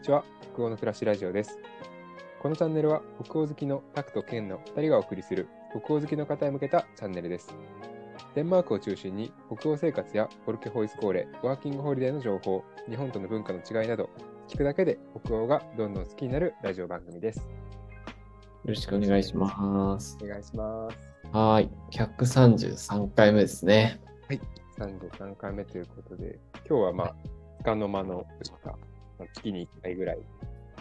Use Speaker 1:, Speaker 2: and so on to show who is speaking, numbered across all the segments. Speaker 1: ちは北欧の暮らしラジオですこのチャンネルは北欧好きのタクとケンの2人がお送りする北欧好きの方へ向けたチャンネルですデンマークを中心に北欧生活やオルケホイスコーレワーキングホリデーの情報日本との文化の違いなど聞くだけで北欧がどんどん好きになるラジオ番組です
Speaker 2: よろしくお願いします。
Speaker 1: お願いします
Speaker 2: はーい。133回目ですね。
Speaker 1: 33回目ということで今日はまあつかの間のまあ月に1回ぐらい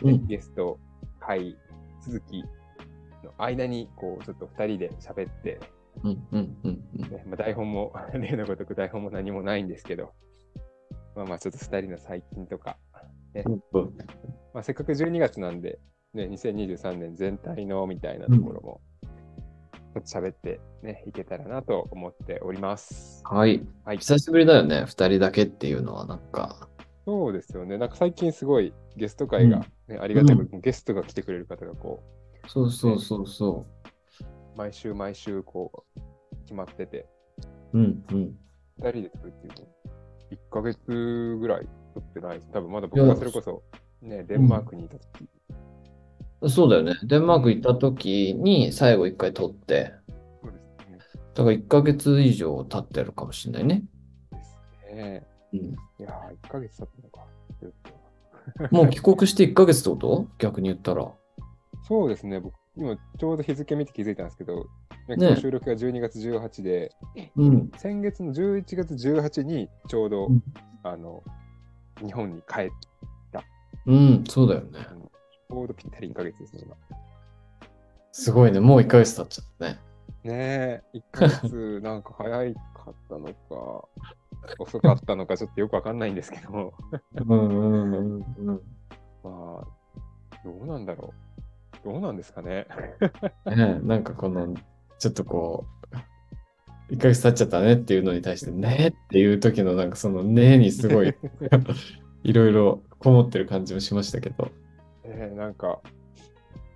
Speaker 2: うん。
Speaker 1: ゲスト、はい、鈴木の間に、こう、ちょっと2人で喋って、
Speaker 2: うんうんうんうん。
Speaker 1: ねまあ、台本も、 例のごとく台本も何もないんですけど、まあまあ、ちょっと2人の最近とか、
Speaker 2: うん
Speaker 1: まあ、せっかく12月なんで、ね、2023年全体のみたいなところも、ちょっと喋って、ね、いけたらなと思っております。
Speaker 2: はい。
Speaker 1: はい、
Speaker 2: 久しぶりだよね。2人だけっていうのはなんか。
Speaker 1: そうですよね。なんか最近すごいゲスト会が、ねありがたいことにゲストが来てくれる方がこ、
Speaker 2: そうそうそうそう
Speaker 1: 毎週毎週こう、決まってて、
Speaker 2: う。うんうん。
Speaker 1: 二人で撮るっていうの、1ヶ月ぐらい撮ってないです。多分まだ僕がそれこそ、ね、デンマークにいた時、
Speaker 2: そうだよね。デンマーク行った時に最後1回撮って。
Speaker 1: そうですね。
Speaker 2: だから1ヶ月以上経ってるかもしれないね。
Speaker 1: ですね
Speaker 2: うん、
Speaker 1: いやー、1ヶ月経ったのか。
Speaker 2: もう帰国して1ヶ月ってこと逆に言ったら。
Speaker 1: そうですね、僕、今ちょうど日付見て気づいたんですけど、ね
Speaker 2: ね
Speaker 1: 今日収録が12月18で、
Speaker 2: うん。
Speaker 1: 先月の11月18にちょうど、
Speaker 2: うん
Speaker 1: あの、日本に帰って、
Speaker 2: うん、そうだよね。
Speaker 1: ちょうどぴったり1ヶ月ですね、今。
Speaker 2: すごいね。もう1ヶ月経っちゃったね。
Speaker 1: ねえ、1ヶ 月なんか早かったのか、遅かったのか、ちょっとよくわかんないんですけど。
Speaker 2: うんうんうんうん。
Speaker 1: まあ、どうなんだろう。どうなんですかね。
Speaker 2: ねなんかこの、ちょっとこう、1ヶ月経っちゃったねっていうのに対して、ねっていう時の、なんかそのねにす ごい、いろいろこもってる感じもしましたけど。
Speaker 1: えーなんか、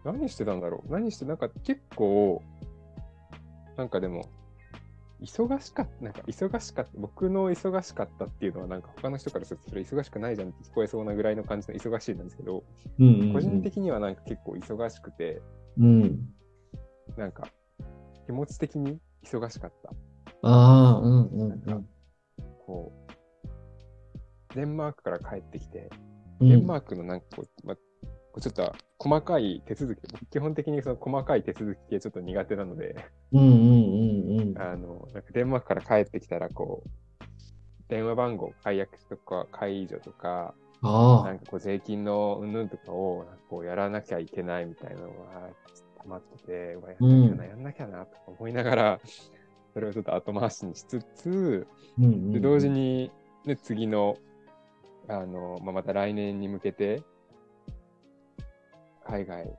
Speaker 1: 何してたんだろう。何して、なんか結構、なんかでも、忙しかった、なんか忙しかった、僕の忙しかったっていうのは、なんか他の人からすると、それ忙しくないじゃんって聞こえそうなぐらいの感じの忙しいなんですけど、
Speaker 2: うんうんうん
Speaker 1: 個人的にはなんか結構忙しくて、
Speaker 2: うん。
Speaker 1: なんか、気持ち的に忙しかった。
Speaker 2: ああ、うんうんうん。
Speaker 1: こう、デンマークから帰ってきて、
Speaker 2: うん
Speaker 1: デンマークのなんかこう、まあ、こうちょっと細かい手続き、僕基本的にその細かい手続き系ちょっと苦手なので、
Speaker 2: うんうんうんうん。
Speaker 1: あの、なんかデンマークから帰ってきたら、こう、電話番号解約とか解除とか、
Speaker 2: あ
Speaker 1: な
Speaker 2: あ、
Speaker 1: んかこう税金のうんぬんとかをなんかこうやらなきゃいけないみたいなのが溜まってて、うわやんなきゃな、やんなきゃなとか思いながら、それをちょっと後回しにしつつ、
Speaker 2: うんうん
Speaker 1: で同時に、ね、次のあの、まあ、また来年に向けて海外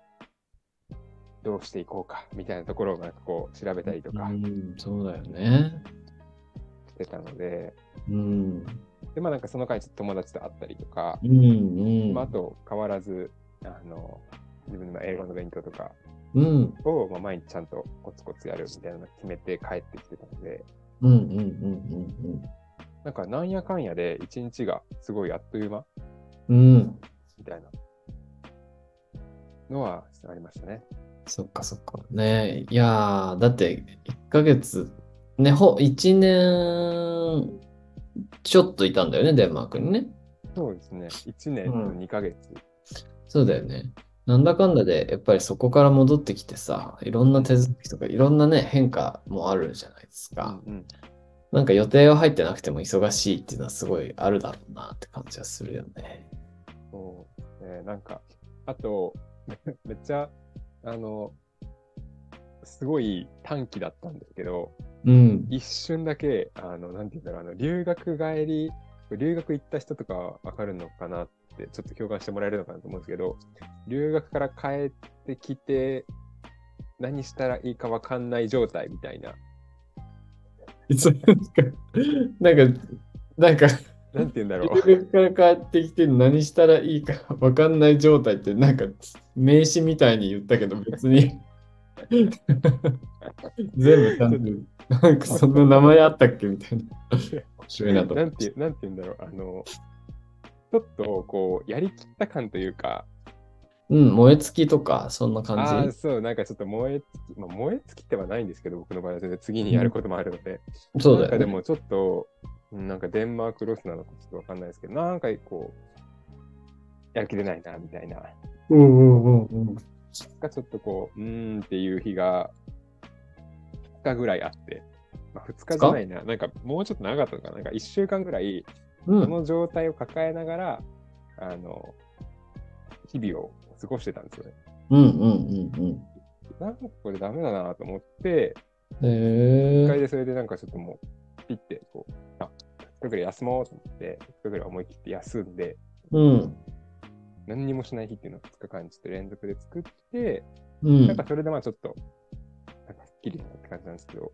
Speaker 1: どうしていこうかみたいなところをなんかこう調べたりとか
Speaker 2: うん、そうだよね。
Speaker 1: してたので,、
Speaker 2: うん。
Speaker 1: でまあ、なんかその間ちょっと友達と会ったりとか、
Speaker 2: うんうん。
Speaker 1: まあ、あと変わらずあの自分の英語の勉強とか
Speaker 2: うん
Speaker 1: を、まあ、毎日ちゃんとコツコツやるみたいなのを決めて帰ってきてたので
Speaker 2: うんうんうんうん
Speaker 1: なんかなんやかんやで一日がすごいあっという間
Speaker 2: うん。うん。
Speaker 1: みたいなのはありましたね。
Speaker 2: そっかそっか。ねいやー、だって1ヶ月、ね、ほ、1年ちょっといたんだよね、デンマークにね。
Speaker 1: そうですね。1年と
Speaker 2: うん
Speaker 1: 2ヶ月。
Speaker 2: そうだよね。なんだかんだで、やっぱりそこから戻ってきてさ、いろんな手続きとか、いろんなね、変化もあるじゃないですか。
Speaker 1: うんうん
Speaker 2: なんか予定は入ってなくても忙しいっていうのはすごいあるだろうなって感じはするよね。
Speaker 1: そうえーなんか、あと、 めっちゃ、あの、すごい短期だったんですけど、
Speaker 2: うん。
Speaker 1: 一瞬だけ、あの、なんて言うんだろう、あの、留学帰り、留学行った人とかはわかるのかなって、ちょっと共感してもらえるのかなと思うんですけど、留学から帰ってきて、何したらいいかわかんない状態みたいな、
Speaker 2: そうなんか、なんか、なんか、
Speaker 1: なんて言うんだろう。
Speaker 2: 留学から帰ってきて何したらいいか分かんない状態ってなんか名詞みたいに言ったけど別に全部ちゃんとなんかそんな名前あったっけみたいな面白いな と
Speaker 1: なんて、なんて言うんだろう、あの、ちょっとこうやりきった感というか、
Speaker 2: うん、燃え尽きとか、そんな
Speaker 1: ああ
Speaker 2: 感
Speaker 1: ー、そう、なんかちょっと燃え尽き、まあ、燃え尽きてはないんですけど、僕の場合は全然次にやることもあるので、
Speaker 2: じ。そう
Speaker 1: な
Speaker 2: だ
Speaker 1: んか
Speaker 2: よ
Speaker 1: で
Speaker 2: ね。
Speaker 1: もちょっと、うんなんかデンマークロスなのかちょっとわかんないですけど、なんかこう、やる気出ないな、みたいな、
Speaker 2: うんうんうんうん。
Speaker 1: がちょっとこう、うーんっていう日が2日ぐらいあって、まあ、2日じゃないな、なんかもうちょっと長かったのかな、なんか1週間ぐらい、
Speaker 2: う
Speaker 1: そ
Speaker 2: ん、
Speaker 1: の状態を抱えながら、あの、日々を過ごしてたんですよね。
Speaker 2: うん、うん、うん
Speaker 1: なんかこれダメだなと思って、
Speaker 2: うん。へ
Speaker 1: 一
Speaker 2: え
Speaker 1: 回。でそれでなんかちょっともう、ピッて、こう、あ、2日ぐらい休もうと思って、2日ぐらい思い切って休んで、
Speaker 2: うん、
Speaker 1: 何にもしない日っていうのを2日間ちょっと連続で作って、
Speaker 2: う
Speaker 1: なん
Speaker 2: ん
Speaker 1: か。それでまあちょっと、なんかすっきりしたって感じなんですけど、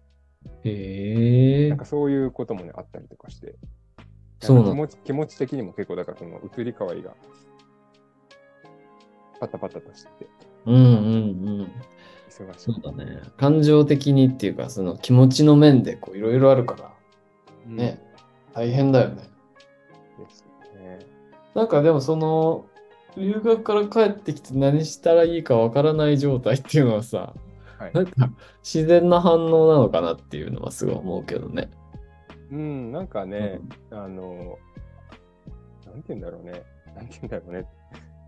Speaker 2: へ
Speaker 1: な
Speaker 2: え
Speaker 1: ん。かそういうこともね、あったりとかして、
Speaker 2: そうな
Speaker 1: か気
Speaker 2: んだ
Speaker 1: 持ち気持ち的にも結構、だからその移り変わりが、パタパタとしてて、
Speaker 2: うん、うん、うん。
Speaker 1: 忙し
Speaker 2: そ。
Speaker 1: いう
Speaker 2: だね。感情的にっていうか、その気持ちの面でこういろいろあるから、
Speaker 1: うん
Speaker 2: ね、大変だよね。
Speaker 1: ですね。
Speaker 2: なんかでもその、留学から帰ってきて何したらいいかわからない状態っていうのはさ、
Speaker 1: はい
Speaker 2: なんか自然な反応なのかなっていうのはすごい思うけどね。
Speaker 1: うん、なんかね、あの、なんて言うんだろうね。なんて言うんだろうね。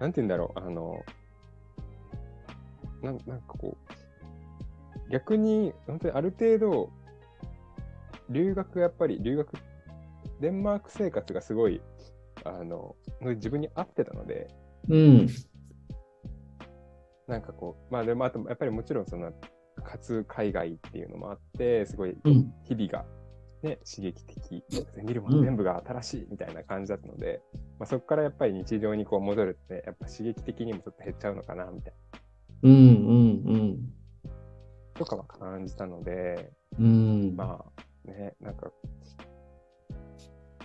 Speaker 1: なんて言うんだろう。あの、なんなんかこう、逆に、本当にある程度、留学、やっぱり留学、デンマーク生活がすごい、あの、自分に合ってたので、
Speaker 2: うん、
Speaker 1: なんかこう、まあでも、あと、やっぱりもちろん、その、かつ海外っていうのもあって、すごい
Speaker 2: うん、
Speaker 1: 日々が、ね、刺激的、見るもの全部が新しいみたいな感じだったので、まあ、そこからやっぱり日常にこう戻るって、やっぱ刺激的にもちょっと減っちゃうのかなみたい
Speaker 2: うん、うん、
Speaker 1: なとかは感じたので、
Speaker 2: うん。うん、
Speaker 1: まあね、なんか、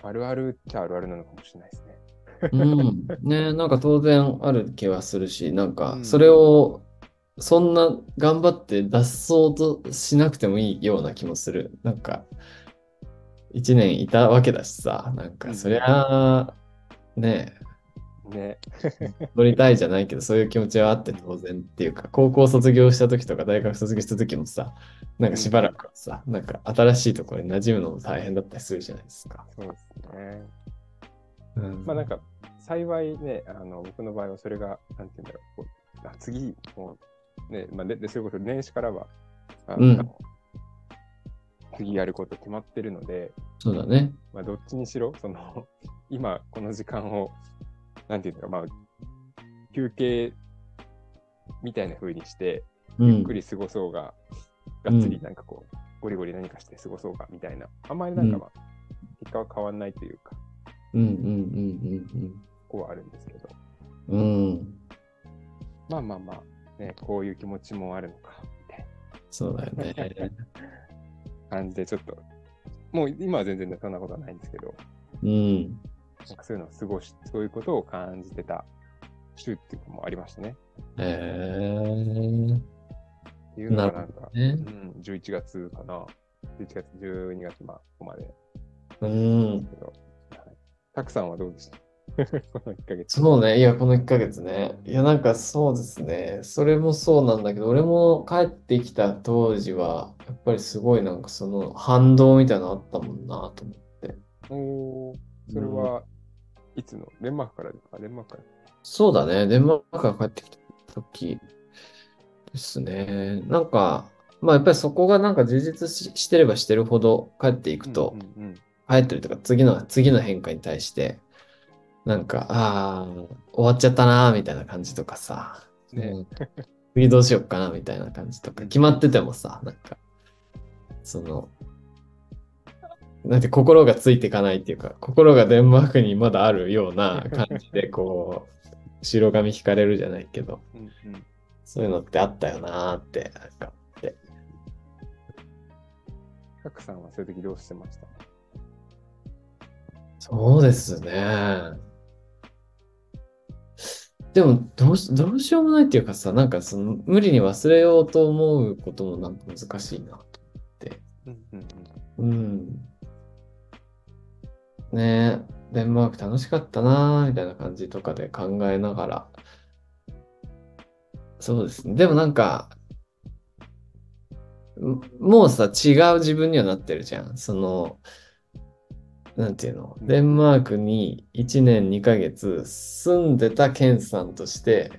Speaker 1: あるあるっちゃあるあるなのかもしれないですね。
Speaker 2: うん、ね、なんか当然ある気はするし、なん
Speaker 1: う
Speaker 2: か
Speaker 1: ん
Speaker 2: それをそんな頑張って脱そうとしなくてもいいような気もする。なんか一年いたわけだしさ、なん
Speaker 1: う
Speaker 2: か
Speaker 1: ん
Speaker 2: そりゃあね、
Speaker 1: ね、
Speaker 2: 戻りたいじゃないけど、そういう気持ちはあって当然っていうか、高校卒業した時とか大学卒業した時もさ、なんかしばらくはさ、なんか新しいところに馴染むのも大変だったりするじゃないですか。
Speaker 1: そうですね。
Speaker 2: うん、
Speaker 1: まあなんか、幸いね、あの、僕の場合はそれが、なんて言うんだろう、こうあ次、もう、ね、まあで、で、それこそ年始からは、あの、
Speaker 2: うん
Speaker 1: 次やること決まってるので、
Speaker 2: そうだね。
Speaker 1: まあ、どっちにしろ、その、 今、この時間を、なんていうんだろう、まあ、休憩みたいな風にして、
Speaker 2: うん
Speaker 1: ゆっくり過ごそうが、がっつりなんかこう、ゴリゴリ何かして過ごそうが、みたいな、あんまりなんかまあ、結果は変わんないというか、
Speaker 2: うんうんうんうんうん。
Speaker 1: こうはあるんですけど、
Speaker 2: うん、
Speaker 1: まあまあまあ、ね、こういう気持ちもあるのか、みたい
Speaker 2: そうだよね。
Speaker 1: な感じで、ちょっと、もう今は全然そんなことはないんですけど、
Speaker 2: うん。
Speaker 1: なんかそういうのを過ごし、そういうことを感じてた週っていうのもありましたね。
Speaker 2: えー、
Speaker 1: っていうのが
Speaker 2: な
Speaker 1: なん
Speaker 2: る
Speaker 1: か、
Speaker 2: ね。
Speaker 1: うん、11月かな。11月、12月、まあ、ここまで
Speaker 2: うん。
Speaker 1: けど。はいたくさんはどうでしたこの1ヶ月。
Speaker 2: そうね。いや、この1ヶ月ね。いや、なんかそうですね。それもそうなんだけど、俺も帰ってきた当時は、やっぱりすごいなんかその反動みたいなのあったもんなと思って。
Speaker 1: おーそれ
Speaker 2: うん
Speaker 1: はいつのデンマークからですかデンマークから。
Speaker 2: そうだね。デンマークから帰ってきた時ですね。なんか、まあやっぱりそこがなんか充実し、してればしてるほど帰っていくと、
Speaker 1: うんうんうん
Speaker 2: 入ってるとか次の次の変化に対してなんかあー終わっちゃったなーみたいな感じとかさ、
Speaker 1: ね
Speaker 2: うん次どうしよっかなみたいな感じとか決まっててもさなんかそのなんて心がついていかないっていうか心がデンマークにまだあるような感じでこう後ろ髪引かれるじゃないけど
Speaker 1: うんうん
Speaker 2: そういうのってあったよなーってなんか
Speaker 1: たくさんはそういう時どうしてました
Speaker 2: そうですね。でもどうし、どうしようもないっていうかさ、なんかその無理に忘れようと思うこともなんか難しいなと思って。
Speaker 1: うんうんうん
Speaker 2: うん。ねえ、デンマーク楽しかったなーみたいな感じとかで考えながら。そうですね。でもなんか、んもうさ、違う自分にはなってるじゃん。その、なんていうの、デンマークに1年2ヶ月住んでたケンさんとして、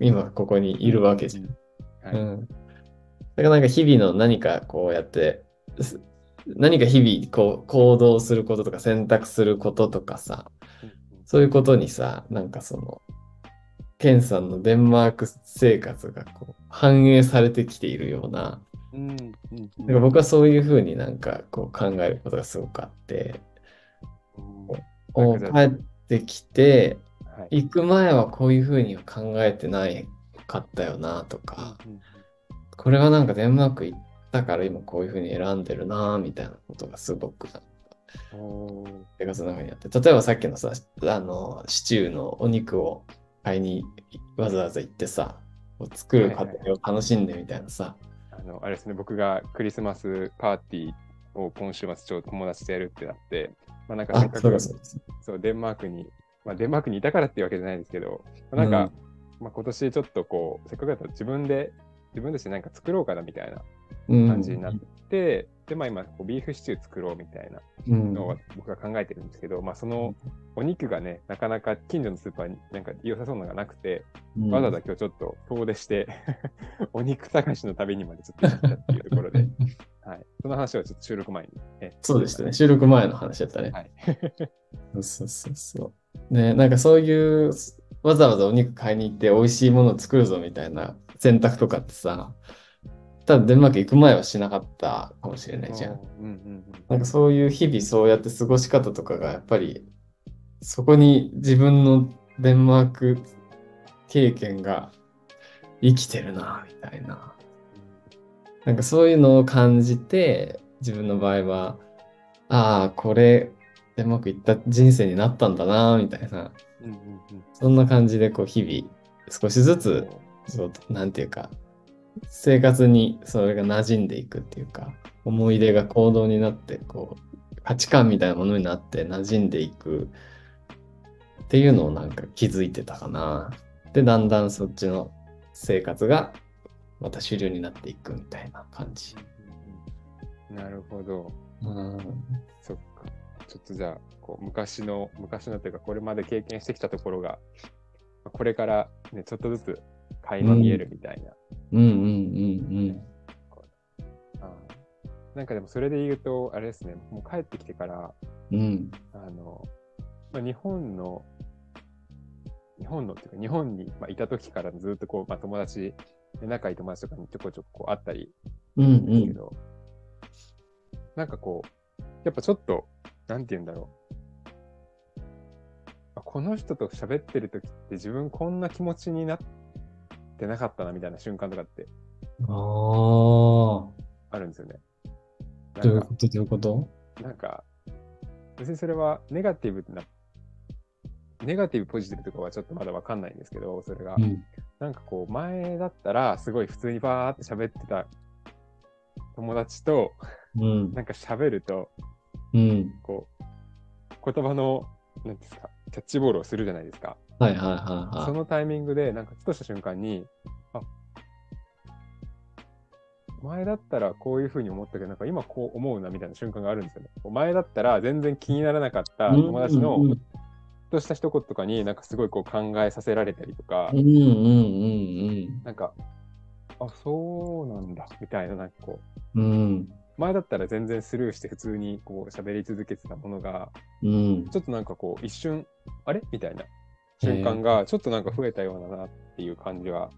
Speaker 2: 今ここにいるわけじゃん。
Speaker 1: ゃ
Speaker 2: う
Speaker 1: はい。
Speaker 2: ん。だからなんか日々の何かこうやって、す何か日々こう行動することとか選択することとかさ、そういうことにさ、なんかその、ケンさんのデンマーク生活がこう反映されてきているような、
Speaker 1: うんうんうん
Speaker 2: なんか僕はそういうふうになんかこう考えることがすごくあって、
Speaker 1: うん
Speaker 2: こう
Speaker 1: なん
Speaker 2: 帰
Speaker 1: か
Speaker 2: ってきて、
Speaker 1: はい
Speaker 2: 行く前はこういうふうには考えてないかったよなとか、
Speaker 1: うんうん
Speaker 2: これはなんかデンマーク行ったから今こういうふうに選んでるなみたいなことがすごく
Speaker 1: おー
Speaker 2: 生活の中にあって例えばさっきのさあのシチューのお肉を買いにわざわざ行ってさこう作る過程を楽しんでみたいなさ、
Speaker 1: あの、あれですね、僕がクリスマスパーティーを今週末ちょっと友達とやるってなって、まあなんかせっ
Speaker 2: あ
Speaker 1: か
Speaker 2: そう
Speaker 1: く
Speaker 2: かそうです
Speaker 1: そうデンマークに、まあデンマークにいたからっていうわけじゃないですけど、まあなんか、まあ今年ちょっとこう、せっかくだったら自分で、自分たちでなんか作ろうかなみたいな
Speaker 2: うん
Speaker 1: 感じになって、で、まあ今、こうビーフシチュー作ろうみたいな
Speaker 2: うん
Speaker 1: のは僕が考えてるんですけど、まあそのお肉がね、なかなか近所のスーパーになんか良さそうなのがなくて、
Speaker 2: うん
Speaker 1: わざわざ今日ちょっと遠出して、 お肉探しの旅にまでちょっと行ったっていうところ で、はい、その話をちょっと収録前に、ね。
Speaker 2: そうでしたね。収録前の話だったね。
Speaker 1: はい。
Speaker 2: そうそうそうそう。ね、なんかそういう、わざわざお肉買いに行って美味しいものを作るぞみたいな選択とかってさ、ただデンマーク行く前はしなかったかもしれないじゃん。
Speaker 1: うんうん
Speaker 2: なんかそういう日々そうやって過ごし方とかがやっぱり、そこに自分のデンマーク経験が生きてるな、みたいな。なんかそういうのを感じて、自分の場合は、ああ、これ、デンマーク行った人生になったんだな、みたいな。
Speaker 1: うん。うんうんうん
Speaker 2: そんな感じで、こう、日々、少しずつ、そう、なんていうか、生活にそれが馴染んでいくっていうか、思い出が行動になって、こう、価値観みたいなものになって馴染んでいくっていうのをなんか気づいてたかな。で、だんだんそっちの生活がまた主流になっていくみたいな感じ。
Speaker 1: なるほど。
Speaker 2: うん
Speaker 1: そっか。ちょっとじゃあ、こう昔の、昔のというか、これまで経験してきたところが、これから、ね、ちょっとずつ垣間見えるみたいな。
Speaker 2: うんうんうん
Speaker 1: あーなんかでもそれで言うと、あれですね、もう帰ってきてから、
Speaker 2: うん。うん。
Speaker 1: あの、まあ、日本の、日本のっていうか、日本に、まあ、いた時からずっとこう、まあ、友達、仲いい友達とかにちょこちょここう会ったり
Speaker 2: うん
Speaker 1: するん
Speaker 2: う
Speaker 1: ですけ
Speaker 2: ん。
Speaker 1: ど、なんかこう、やっぱちょっと、なんて言うんだろう。あこの人と喋ってる時って自分こんな気持ちになってなかったなみたいな瞬間とかって
Speaker 2: ああ。ど
Speaker 1: あるんですよね。な
Speaker 2: うい
Speaker 1: ん
Speaker 2: う
Speaker 1: か
Speaker 2: ことどういうこと
Speaker 1: なんか、別にそれはネガティブな、ネガティブポジティブとかはちょっとまだわかんないんですけど、それが。
Speaker 2: うん。
Speaker 1: なんかこう、前だったら、すごい普通にバーって喋ってた友達と、
Speaker 2: うん。
Speaker 1: なんか喋ると、
Speaker 2: うん。
Speaker 1: こう、言葉の、なんていうんですか、キャッチボールをするじゃないですか。
Speaker 2: はいはいはいはい
Speaker 1: そ。のタイミングで、なんかふとした瞬間に、あ前だったらこういうふうに思ったけど、なんか今こう思うなみたいな瞬間があるんですよね。こう前だったら全然気にならなかった友達の
Speaker 2: うん
Speaker 1: ふとした一言とかに、なんかすごいこう考えさせられたりとか
Speaker 2: うん、うんうん
Speaker 1: なんか、あ、そうなんだ、みたいな、なんかこう、
Speaker 2: うんうん
Speaker 1: 前だったら全然スルーして普通にこう喋り続けてたものが、
Speaker 2: うん
Speaker 1: ちょっとなんかこう一瞬、あれみたいな瞬間が、ちょっとなんか増えたようだなっていう感じは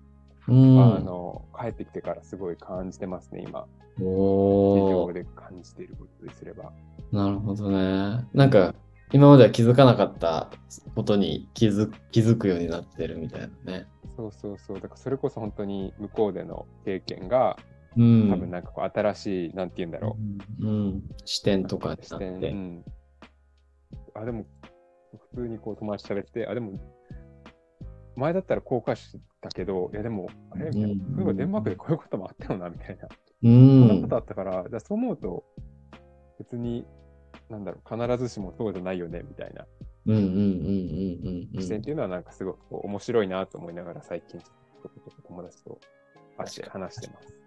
Speaker 2: うん
Speaker 1: あの帰ってきてからすごい感じてますね、今。日
Speaker 2: お
Speaker 1: 常
Speaker 2: ー
Speaker 1: で感じていることですれば。
Speaker 2: なるほどねなんか今までは気づかなかったことに気づ気づくようになってるみたいなね
Speaker 1: そうそうそう。だからそれこそ本当に向こうでの経験が、
Speaker 2: うん
Speaker 1: 多分なんかこう新しい、なんて言うんだろ
Speaker 2: うんうん視点と
Speaker 1: う。
Speaker 2: かに
Speaker 1: 視
Speaker 2: なっ
Speaker 1: 点。
Speaker 2: て
Speaker 1: うんあ、でも、普通にこう友達と喋ってて、あ、でも、前だったら後悔してたけど、いやでも、あれみたいな。
Speaker 2: うん
Speaker 1: そういえばデンマークでこういうこともあったよな、みたいな。
Speaker 2: う
Speaker 1: そ
Speaker 2: ん
Speaker 1: んなことあったから、じゃあそう思うと、別に、なんだろう、必ずしもそうじゃないよね、みたいな。
Speaker 2: うんうんうんうんうん
Speaker 1: 視点っていうのはなんかすごくこう面白いなと思いながら最近ちょっと友達と会って話してます。
Speaker 2: うん。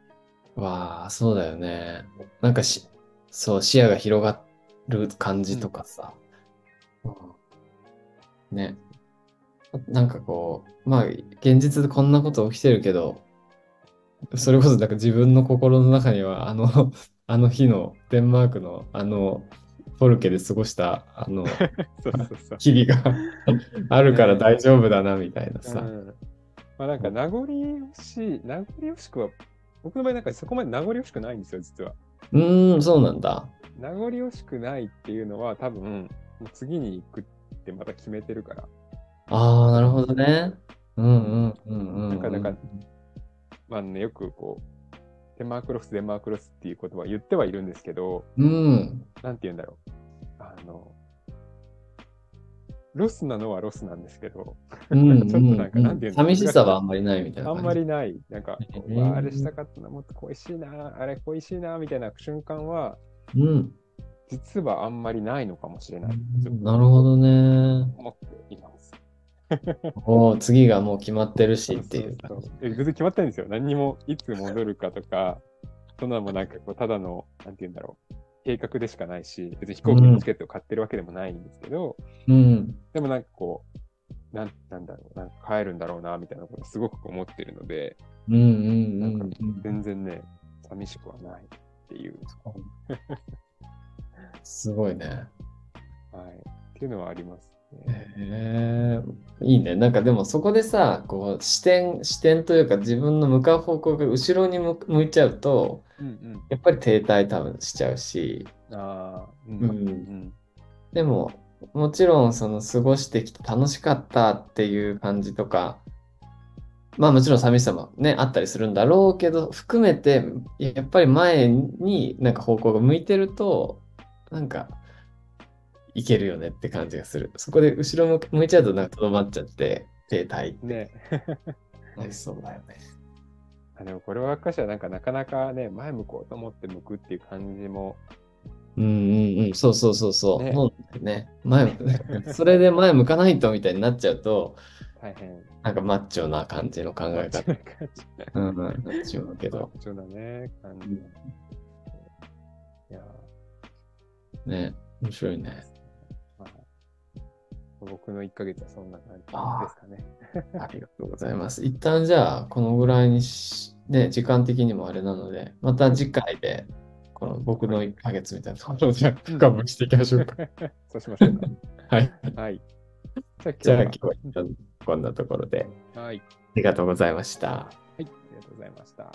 Speaker 2: わあ、そうだよね。なんかし、そう、視野が広がる感じとかさ。うんね。なんかこう、まあ、現実でこんなこと起きてるけど、それこそなんか自分の心の中には、あの、 あの日のデンマークのあの、フォルケで過ごした、あの、
Speaker 1: そうそうそう。
Speaker 2: 日々が あるから大丈夫だな、みたいな
Speaker 1: う
Speaker 2: さ。
Speaker 1: んまあなんか名残惜しい、名残惜しくは、僕の場合なんかそこまで名残惜しくないんですよ、実は。
Speaker 2: うーん、そうなんだ。
Speaker 1: 名残惜しくないっていうのは多分、もう次に行くってまた決めてるから、
Speaker 2: ああ、なるほどね。うんうんうんうんうん。
Speaker 1: なかなかまあね、よくこう、デンマークロス、デンマークロスっていう言葉を言ってはいるんですけど、
Speaker 2: うん。
Speaker 1: なんて言うんだろう。あの、ロスなのはロスなんですけど、
Speaker 2: うんうん
Speaker 1: ちょっとなんかなんていうの
Speaker 2: 寂しさはあんまりないみたいな
Speaker 1: あ
Speaker 2: 感じ。
Speaker 1: んまりない、なんかこう、
Speaker 2: へー
Speaker 1: わああれしたかったな、もっと恋しいな、あれ恋しいな、みたいな瞬間は、
Speaker 2: うん。
Speaker 1: 実はあんまりないのかもしれない。ちょっと
Speaker 2: なるほどね。
Speaker 1: 思っています。
Speaker 2: おお、次がもう決まってるしっていう。
Speaker 1: そうそうそうえ別に決まってないんですよ。何にもいつ戻るかとか、そんなのもなんかこうただの、なんて言うんだろう、計画でしかないし、別に飛行機のチケットを買ってるわけでもないんですけど、
Speaker 2: うん。
Speaker 1: でもなんかこう、なんなんだろう、なんか帰るんだろうな、みたいなことをすごく思ってるので、
Speaker 2: うんうんう
Speaker 1: なん
Speaker 2: んうん。
Speaker 1: 全然ね、寂しくはないっていう、
Speaker 2: すごいね。
Speaker 1: はい、っていうのはありますね。
Speaker 2: へえ、いいね。なんかでもそこでさ、こう視点、視点というか自分の向かう方向が後ろに向向いちゃうと、
Speaker 1: うん
Speaker 2: やっぱり停滞多分しちゃうし、
Speaker 1: うん。ああ、うん
Speaker 2: うん
Speaker 1: うん。
Speaker 2: でも、もちろん、その過ごしてきて楽しかったっていう感じとか、まあもちろん寂しさもね、あったりするんだろうけど、含めて、やっぱり前になんか方向が向いてると、なんか、いけるよねって感じがする。そこで後ろ向向いちゃうと、なんかとどまっちゃって、停滞
Speaker 1: ね
Speaker 2: なりそうだよね。
Speaker 1: あでもこれはしはなんかなかなかね、前向こうと思って向くっていう感じも、
Speaker 2: うんうんうん、そうそうそうそう。
Speaker 1: ね
Speaker 2: そうだよね。前 向、それで前向かないとみたいになっちゃうと、
Speaker 1: 大変。
Speaker 2: なんかマッチョな感じの考え方。
Speaker 1: 感じ。
Speaker 2: うんうん、なってしまうけど。
Speaker 1: 貴重なね、感じ。いやー、
Speaker 2: ね、面白いね。
Speaker 1: まあ、僕の1ヶ月はそんな感じ
Speaker 2: あー
Speaker 1: ですかね。
Speaker 2: ありがとうございます。一旦じゃあ、このぐらいにし、ね、時間的にもあれなので、また次回で、この僕の1ヶ月みたいなところをじゃあ、 深掘りしていきましょうか。
Speaker 1: そうしましょうか。
Speaker 2: はい。
Speaker 1: はい。じゃあ
Speaker 2: じゃあ、
Speaker 1: 今
Speaker 2: 今
Speaker 1: 日
Speaker 2: 日は一旦こんなところで、
Speaker 1: は。はい。
Speaker 2: ありがとうございました。
Speaker 1: はい。ありがとうございました。